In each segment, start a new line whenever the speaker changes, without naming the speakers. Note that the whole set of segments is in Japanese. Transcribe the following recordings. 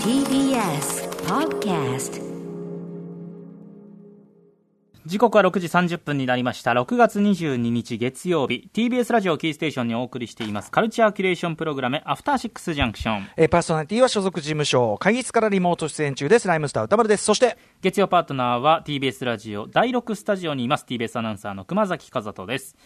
TBS Podcast
時刻は6時30分になりました6月22日月曜日 TBS ラジオキーステーションにお送りしていますカルチャーキュレーションプログラム「アフターシックスジャンクション
えーパーソナリティは所属事務所、会議室からリモート出演中です。ライムスター歌丸です。そして、」
月曜パートナーは TBS ラジオ第6スタジオにいます TBS アナウンサーの熊崎和人です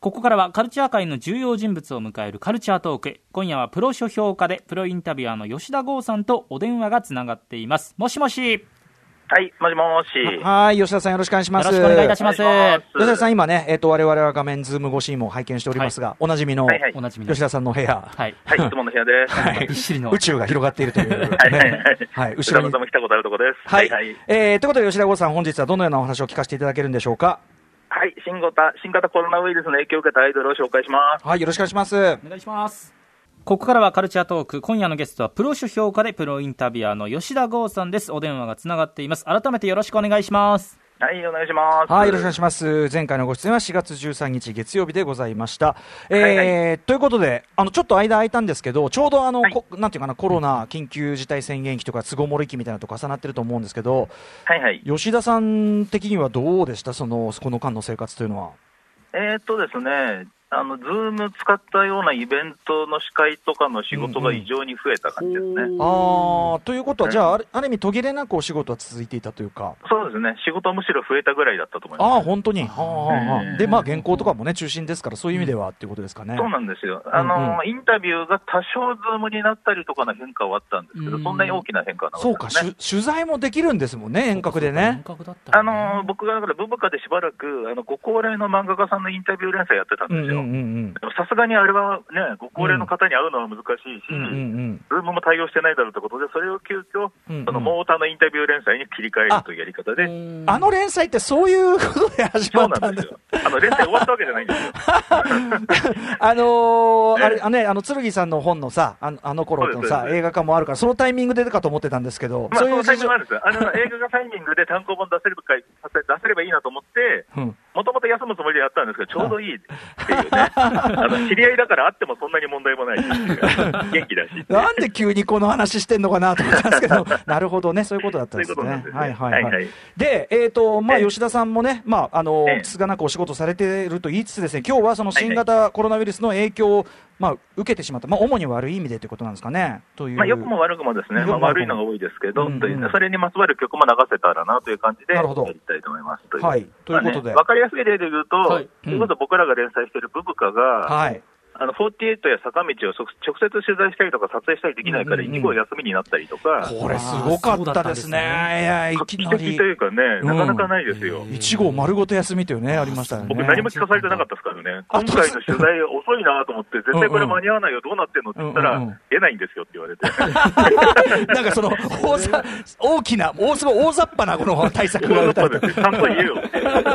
ここからはカルチャー界の重要人物を迎えるカルチャートーク今夜はプロ書評家でプロインタビュアーの吉田剛さんとお電話がつながっていますもしもし
はい、もしもし。
はい、吉田さんよろしくお願いします。
よろしくお願いいたします
お願いし
吉田さん、今ね、えっ、と、我々は画面、ズーム越しにも拝見しておりますが、おなじみの、
はいはい
おなじみの
吉田さんの部屋、
はい
はい、いつもの部屋です。は
ぎっしりの
宇宙が広がっているという、
い、はい、はい
ね。はい、後
後
ろ
ろ
に
さん。も来たことあるとこです。
はい、
はい、
えーということで、吉田剛さん、本日はどのようなお話を聞かせていただけるんでしょうか。
はい新型、新型コロナウイルスの影響を受けたアイドルを紹介します。
はい、よろしくお願いします。
お願いしますここからはカルチャートーク今夜のゲストはプロ書評家でプロインタビュアーの吉田剛さんですお電話がつながっています改めてよろしくお願いします
はい、お願いします。
はい、よろしくお願い
し
します。前回のご出演は4月13日月曜日でございました。えー
はいは
ということで、あの、ちょっと間空いたんですけど、ちょうどあの、
はい
こなんていうかな、コロナ緊急事態宣言期とか、都合もり期みたいなのと重なってると思うんですけど、
ます。はい、はい。
吉田さん的にはどうでしたその、この間の生活というのは。
えー、っとですね、あの、ズーム使ったようなイベントの司会とかの仕事が異常に増えた感じですね。
あー、ということは、
うん
じゃあ、あるある意味途切れなくお仕事は続いていたというか。
そうですね、仕事はむしろ増えたぐらいだったと思います。
ああ、本当に。はあはあはあ
うん
で、まあ、原稿とかもね、中心ですから、そういう意味ではっていうことですかね。
そうなんですよ。あの、インタビューが多少ズームになったりとかの変化はあったんですけど、
うん
そんなに大きな変化はなか
そう
った
か、
ですね。
取取材もできるんですもんね、遠隔でね
遠。隔だった
あ
らね
のー僕がだから、ブブカでしばらく、あのご高齢の漫画家さんのインタビュー連載やってたん
うん
で
うんう
すよ。
んうん。
でもさすがにあれはね、ご高齢の方に会うのは難しいし、
うんうん
ズームも対応してないだろうということで、それを急遽、
うんうん
そのモーターのインタビュー連載に切り替えるというやり方で、
うんあの連載ってそういうことで始
そ
ま
う
っ
な
た
ん
ん
で
ですす
よ。あの連載終わったわけじゃないんですよ。
あのー、
ね
あれ、あね、あの、剣さんの本のさ、あのあの頃の
そう
さ、
です
映画化もあるから、そのタイミングでかと思ってたんですけど、
まあ、
そ
そ
ういう
のタイ
事
ミン
情
グ。なんです よ。あの映画がタイミングで単行本出せればいい出せればいいなと思って、
うん
もともと休むつもりでやったんですけど、ちょうどいいっていうね、 あの知り合いだから会ってもそんなに問題もないし、元気だし。
なんで急にこの話してんのかなと思ったんですけ ど、なるほどね、そういうことだったんです
そういう
ね
こ。とな
は
ん
い
ですね
はい
はい
は
はいい。
で、えっと、まあ、
ええ
吉田さんもね、まあ、あの
ええ、
つつがなくお仕事されてると言いつつですね、今日はその新型コロナウイルスの影響を、まあ、受けてしまった、まあ、主に悪い意味でということなんですかね。という。
まあ、良くも悪くもですね、まあ、悪いのが多いですけど、
うんうん
というねそれにまつわる曲も流せたらなという感じで、
な
や
るほど
りたいと思います。という
はい。ということ
まあね
で。
わかりやすい例で言うと、
はい
ということは僕らが連載しているブブカが、
はい。
あの48や坂道をそ直接取材したりとか、撮影したりできないから、
うんうんうん
一号休みになったりとか、
これすごかったですね。いや、い
画
き
期
な
的
り
と。いうかね、
うん
なかなかないですよ。
1号丸ごと休みというね、ありましたよね。
僕、何も聞かされてなかったですからね、今回の取材遅いなと思って、絶対これ間に合わないよ、どうなってんのって言った
うんうんうん
ら、出ないんですよって言われて、
なんかその、大ざ、大きな、大すごい大雑把なこの対策が打たれた。
ちゃんと 言えよって。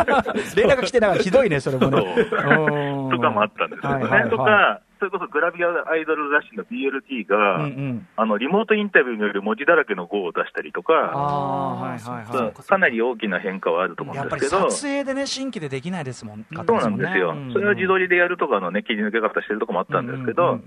連絡来てながらひどいね、それもね。
そうとかもあったんですけどね。とか、それこそグラビアアイドル雑誌の BLT
うん
が、
うん。
あのリモートインタビューによる文字だらけの号を出したりと
あ
か、
あ、はいはい
そう
は
かなり大きな変化はあると思
い。
うん
やっぱ
です
り
け
撮
ど。
影でね、新規でできないですもん。
そうなんですよ、それを自撮りでやるとかのね、切り抜け方してるとこもあったんですけど、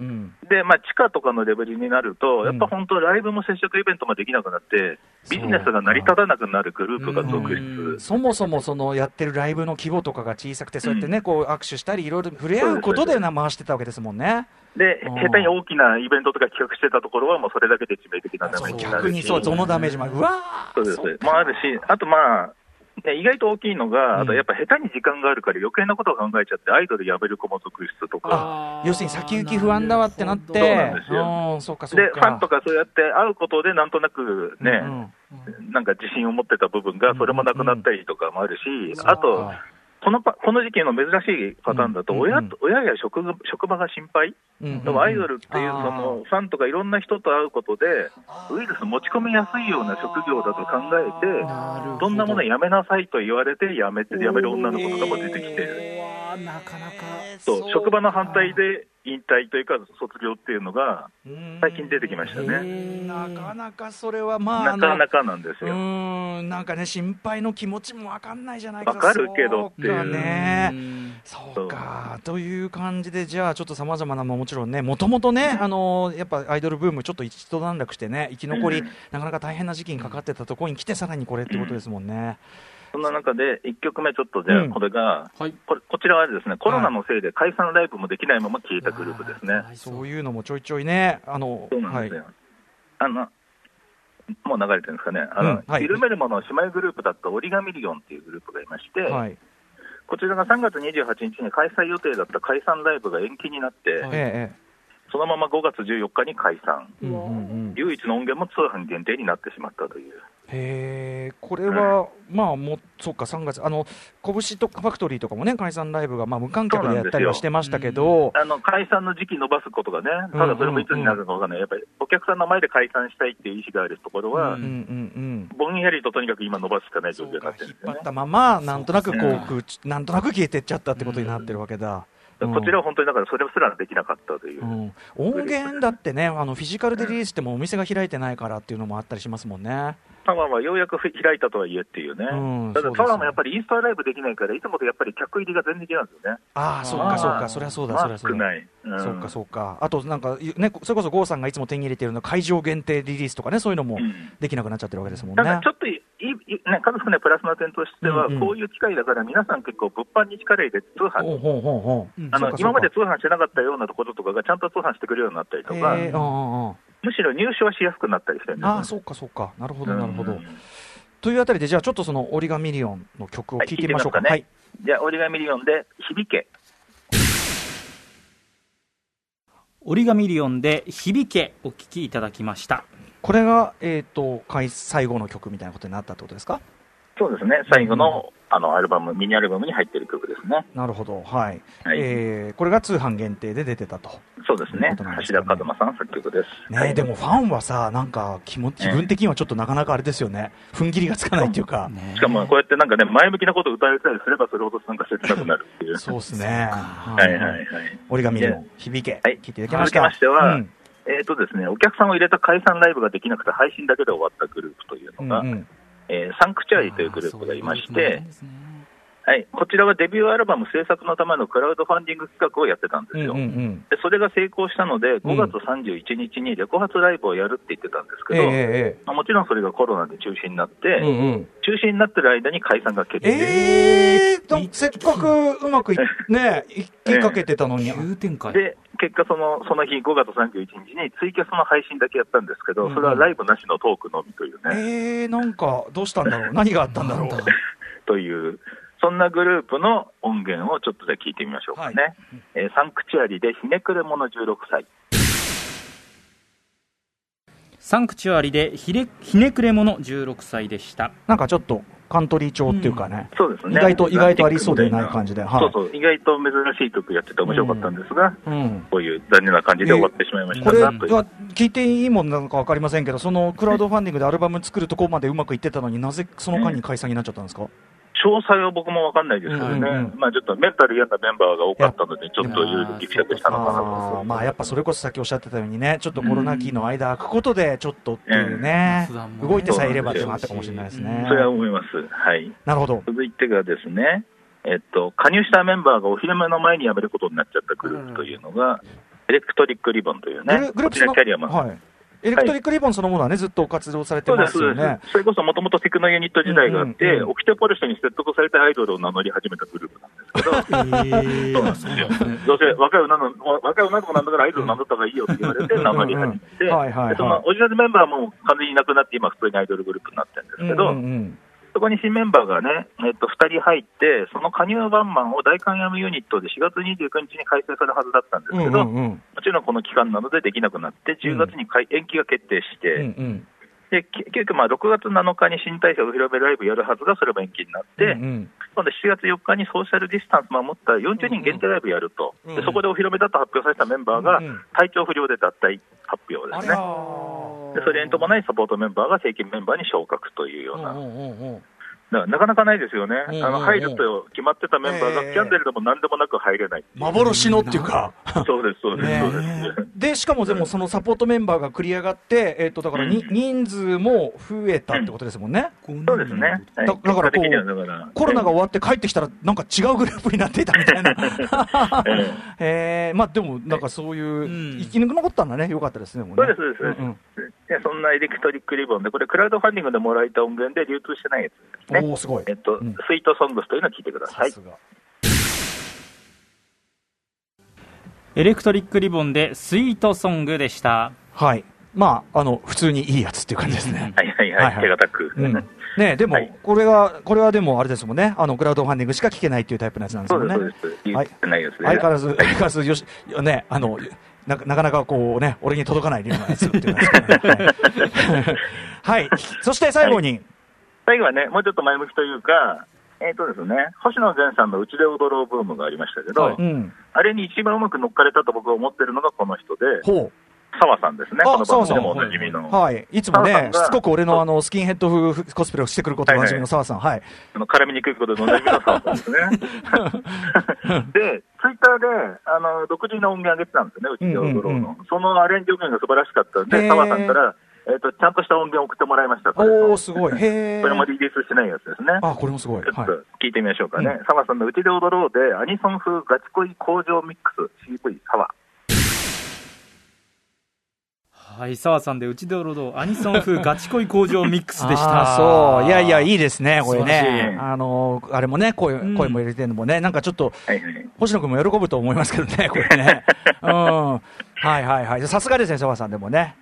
でまあ、地下とかのレベルになると、やっぱ本当、ライブも接触イベントもできなくなって、ビジネスが成り立たなくなるグループが続出、
そもそもそのやってるライブの規模とかが小さくて、そうやってね、こう握手したり、いろいろ触れ合うことでな回してたわけですもんね。
で、
うん
下手に大きなイベントとか企画してたところは、もうそれだけで致命的なダメージにな
逆
る
に
し、
そう、そのダメージもある。うわ
そう
ー
です。まあ、あるし、あとまあ、ね意外と大きいのが、
うん
あとやっぱ下手に時間があるから余計なことを考えちゃって、アイドルやめる子も続出とか、
あ要するに先行き不安だわってなって、
そうなんですよ
うんそうか、そ
で、
う
ファンと
か。
かそうやって会うことで、なんとなくね、
うん
なんか自信を持ってた部分が、それもなくなったりとかもあるし、あと、このパこの時期の珍しいパターンだと、
うん
親
うん
と親や職場職場が心配、
うんうん
でもアイドルっていう、
あー
そのファンとかいろんな人と会うことで、ウイルス持ち込みやすいような職業だと考えて、
なるほ
どんなものやめなさいと言われて、やめて、やめる女の子とかも出てきて、
うわーなかなか
そう職場の反対で引退というか、卒業っていうのが最近出てきましたね。
えー
なかなかそれはまあ、
なかなかなんです
あのう
よ。
ーん、なんかね、心配の気持ちもわかんないじゃないか
わかるけどっていう
そうかね。そうかという感じで、じゃあ、ちょっとさまざまな、もちろんね、もともとね、あのやっぱアイドルブーム、ちょっと一段落してね、生き残り、なかなか大変な時期にかかってたところに来て、さらにこれってことですもんね。
そんな中で、1曲目、ちょっとじゃあ、これが、うんはい、これこちらはですねコロナのせいで解散ライブもできないまま消えたグループですね。
はい、そういうのもちょいちょいね、あの
そうなんですよ、はい、あのもう流れてるんですかね、あの、うん、緩めるもの姉妹グループだった折り紙リオンっていうグループがいまして、はい、こちらが3月28日に開催予定だった解散ライブが延期になって、はい、そのまま5月14日に解散、うんうん、唯一の音源も通販限定になってしまったという。
へこれは、うん、まあもそうか、3月、あの拳とかファクトリーとかもね、解散ライブが、まあ、無観客でやったりはしてましたけど、
あの解散の時期延ばすことがね、ただそれもいつになるのかね、やっぱりお客さんの前で解散したいっていう意思があるところは、うんうんうん、ぼんやりととにかく今、伸ばすしかない状況になってるん
ね、
です
引っ張ったまま、なんとなくこう、うなんとなく消えてっちゃったってことになってるわけだ。、
こちらは本当にだからそれすらできなかったという、うん
音源だってね、あのフィジカルでリリースしてもお店が開いてないからっていうのもあったりしますもんね。
タワーはようやく開いたとはいえっていうね、うん、ただタワーもやっぱりインスタライブできないから、いつもとやっぱり客入りが全然違うんですよね。
ああ、そうか、そうか、そりゃそうだ、そりゃそう
だ。ない、
うん、そうか、そうか、あとなんか、ね、それこそ郷さんがいつも手に入れてるの会場限定リリースとかね、そういうのもできなくなっちゃってるわけですもんね。
うん、ちょっといい、ね、数少ないプラスの点としては、うんうん、こういう機会だから、皆さん結構、物販に力入れて、通販あの今まで通販してなかったようなところとかが、ちゃんと通販してくれるようになったりとか。えーむしろ入手はしやすくなったりしてるんです、ね、
あそうかそうかなるほどなるほど、うん、というあたりでじゃあちょっとその折り紙リオンの曲を聴いてみましょうか,、はい、ね、はい、
じゃあ折り紙リオンで響け
折り紙リオンで響けお聴きいただきました
これが、えーと、と最後の曲みたいなことになったってことですか
そうですね最後の、うん、あのアルバムミニアルバムに入ってる曲ですね
なるほどはい、はい、えー、これが通販限定で出てたと
そうですね、ね、橋田和馬さん作曲です
ね、はい、でもファンはさなんか気持ち自分的にはちょっとなかなかあれですよね踏ん切りがつかないっていうか、
ね、しかもこうやってなんかね前向きなことを歌えたりすればそれほどなんか切なくなるっていう
そうですね
はいはいはい
折り紙にも響け、
はい、
聞いていただきました
ましては、うん、えーとですね、お客さんを入れた解散ライブができなくて配信だけで終わったグループというのが、うんうんえー、サンクチャリというグループがいまして、はい、こちらはデビューアルバム制作のためのクラウドファンディング企画をやってたんですよ、うんうんうん、でそれが成功したので、5月31日にレコ発ライブをやるって言ってたんですけど、うんえー、まあ、もちろんそれがコロナで中止になって、うんうん、中止になってる間に解散が決定、
えー、せっかくうま くい,、ね、いきかけてたのに、え
ー、
で結果その、その日、5月31日にツイキャスの配信だけやったんですけど、それはライブなしのトークのみというね。うん、
えー、なんか、どうしたんだろう、何があったんだろう。
という。そんなグループの音源をちょっとで聞いてみましょうかね。はい、えー、サンクチュアリでひねくれ者16歳。
サンクチュアリでひれひねくれ者16歳でした。
なんかちょっとカントリー調っていうかね、
うん、そうですね、
意外と意外とありそうでない感じで、はい
そうそう意外と珍しい曲やってて面白かったんですが、うんうん、こういう残念な感じで終わってしまいました、えー、
これは聞いていいもんなのか分かりませんけどそのクラウドファンディングでアルバム作るところまでうまくいってたのになぜその間に解散になっちゃったんですか、
詳細は僕も分かんないですけどね、うんうんうん、まあ、ちょっとメンタル嫌なメンバーが多かったので、ちょっといろいろぎくしゃくしたのかなと
まあ、やっぱそれこそさっきおっしゃってたようにね、ちょっとコロナ期の間、空くことで、ちょっとっていうね、うん、動いてさえいればっていうのがあったかもしれないですね。
それは思います、はい、
なるほど
続いてがですね、えっと、加入したメンバーがお昼目の前に辞めることになっちゃったグループというのが、エレクトリックリボンというね、
グループの
キャリアマン。
はいエレクトリックリボンそのものはね、はい、ずっと活動されてますよね。
それこそもともとテクノユニット時代があって、うんうんうん、オキテポルシェに説得されてアイドルを名乗り始めたグループなんですけど、えー、そうなんですよ。どうせ若い女の子、若い女の子なんだからアイドル名乗った方がいいよって言われて名乗り始めて、うんうんはいはいはい、そのオリジナルメンバーも完全にいなくなって、今普通にアイドルグループになってるんですけど、うんうんうんそこに新メンバーがね、えっと、2人入って、その加入バンマンを大観山ユニットで4月29日に開催されるはずだったんですけど、うんうんうん、もちろんこの期間などでできなくなって、10月に、うん、延期が決定して、うんうん、で結局、6月7日に新体制お披露目ライブやるはずが、それも延期になって、うんうん、今度7月4日にソーシャルディスタンス守った40人限定ライブやると、うんうん、そこでお披露目だと発表されたメンバーが、体調不良で脱退発表ですね。うんうんでそれに伴いサポートメンバーが正規メンバーに昇格というような、うんうんうんうん、だからなかなかないですよね、
うんうんうん
あの入ると決まってたメンバー
ええ
がキャンデルでも何でもなく 入れない、
幻のっていうか。
そうです、そうです、
ね
そうです、
でしかもでもそのサポートメンバーが繰り上がって、えっとだからに
うん
人数も増えたってことですもんね、
そうですね、は
だ
い
だからこう
結果的にはだから
コロナが終わって帰ってきたら、なんか違うグループになっていたみた いな、
ええ
えーまあ、でもなんかそういう、
ん
生き抜く残ったんだね、よかったですね、も
そう
ね
です、そうです、そうです
うん
でそんなエレクトリックリボンで、これ、クラウドファンディングでもらえた音源で流通してないやつです
お
ね、
お、すごい
え、っと
うん
スイートソングスというのを聞いてくださ
さ
い
す。が、
エレクトリックリボンでスイートソングでした。
はい、まあ、あの普通にいいやつっていう感じですね。
はいはい
は
はいい、
はい
手堅く。
うんねえ、でも
はい、
これは、これはでも、あれですもんね、あの、クラウドファンディングしか聞けないっていうタイプのやつなんです
そ
もん
う
ね。
です、そうです、言ってないやつですね。
相変わ らず、相変わらずよし、ね、あの、ななかなかこうね、俺に届かない理由がするっていうのが はい、はい、そして最後に、
最後はね、もうちょっと前向きというか、えっ、とですね、星野源さんのうちで踊ろうブームがありましたけど、
はい
うん、
あれに一番うまく乗っかれたと僕は思ってるのがこの人で、
ほ
澤さんですね、
あ
この番組でもお
澤さん
なじみ
う、
の、
はい、いつも
澤さ
ね
ん、
し
が
つこく俺のあの、スキンヘッド風コスプレをしてくることおなじみの澤さん、はい、
あの絡みにくいことでおなじみの澤さん ですね。で、ツイッターであの独自の音源上げてたんですよね、うちで踊ろうの。
うんうん
そのアレンジ音源が素晴らしかったん
へー
で、澤さんから、えっとちゃんとした音源を送ってもらいました、それ
お
も
おすごい、へえ
それもリリースしてないやつですね。
あ、これもすごい、
ちょっ
はい
と、聞いてみましょうかね。
うん
サワさんのうちで踊ろうで、アニソン風ガチ恋工場ミックス CV サワ。
はい、澤さんでうちで踊ろうアニソン風ガチ恋工場ミックスでした。
あーそう、いやいや、いいですね、これ
素晴
らし
ね
い、
あの、あれもね、声
ん
声も入れてるのもね、なんかちょっと、
はいはい。
星野君も喜ぶと思いますけどね、これ ね。うん。はいはいはい。さすがですね、澤さんでもね。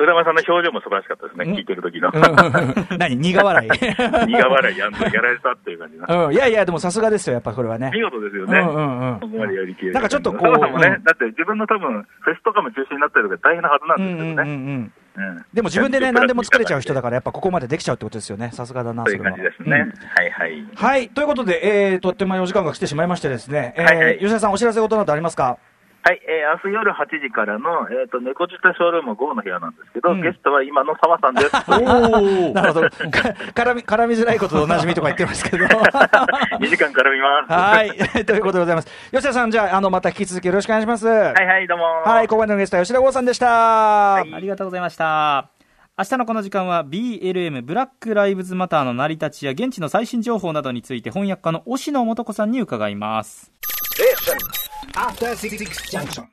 浦間さんの表情も素晴らしかったですね、
うん
聞いてる時の。
うん何苦笑い。
苦笑いやんとやられたっていう感じな。
うん。いやいや、でもさすがですよ、やっぱこれはね。
見事です
う
よ
んう
ね。
ん
ここ
う
までや
ん。
りきれる
なんかちょっとこう
サワさんもね、
うん
だって自分の多分、フェスとかも中止になったりとか大変なはず
う
なん
んうんう
ですよ
んう
ね。
ん。
うん
でも自分でね、何でも作れちゃう人だ
か
から、やっぱここまでできちゃうってことですよね。さすがだな、
そう
それ
いう
は
感じですね。。はいはい。
うんはい。ということで、えー、とってもお時間が来てしまいましてですね。えー
はいはい
吉田さん、お知らせ事などありますか
はい、えー、明日夜8時からの、えっ、と、猫舌ショールーム5の部屋なんですけど、
うん
ゲストは今のサワさん です。
お
なるほど。か 絡み、絡みづらいことでおなじみとか言ってますけ ど。
2時間から見ます。
はい。 ということでございます。吉田さん、じゃあ、あの、また引き続きよろしくお願いします。はい
はいはい、どうもー。
ここまでのゲストは吉田剛さんでした。
ありがとうございました。明日のこの時間は BLM ブラックライブズマターの成り立ちや現地の最新情報などについて翻訳家の押野素子さんに伺います。
After Six Junction.